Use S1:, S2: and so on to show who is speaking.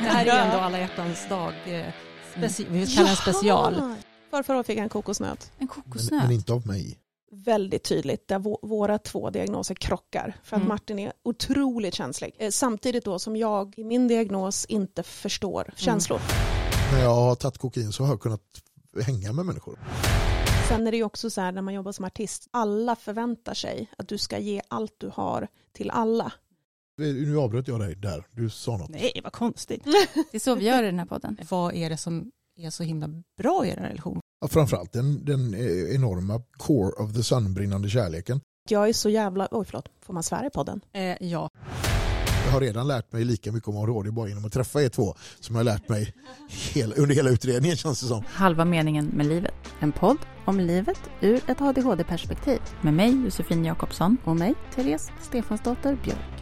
S1: Det här är ju ändå alla hjärtans dag.
S2: Mm.
S1: eh, Speci- Vi kallar den special.
S3: Jaha! Farfar fick han kokosnöt.
S2: En
S4: Men,
S2: kokosnöt.
S4: men inte av mig.
S3: Väldigt tydligt där vå- våra två diagnoser krockar. För att
S1: Mm.
S3: Martin är otroligt känslig. Eh, Samtidigt då som jag i min diagnos inte förstår
S1: Mm.
S3: känslor.
S2: Mm.
S4: När jag har tagit kokain så har jag kunnat hänga med människor.
S3: Sen är det ju också så här när man jobbar som artist, alla förväntar sig att du ska ge allt du har till alla.
S4: Nu avbröt jag dig där, du sa något.
S2: Nej, vad konstigt. Det är så vi gör i den här podden.
S1: Vad är det som är så himla bra i er relation?
S4: Ja, framförallt den, den eh, enorma core of the sun-brinnande kärleken.
S3: Jag är så jävla, oj förlåt, får man svära i podden?
S1: Eh, ja.
S4: Jag har redan lärt mig lika mycket om ADHD bara genom att träffa er två som jag har lärt mig hela, under hela utredningen känns det som.
S2: Halva meningen med livet. En podd om livet ur ett ADHD-perspektiv. Med mig Josefin Jakobsson och mig Therese Stefansdotter Björk.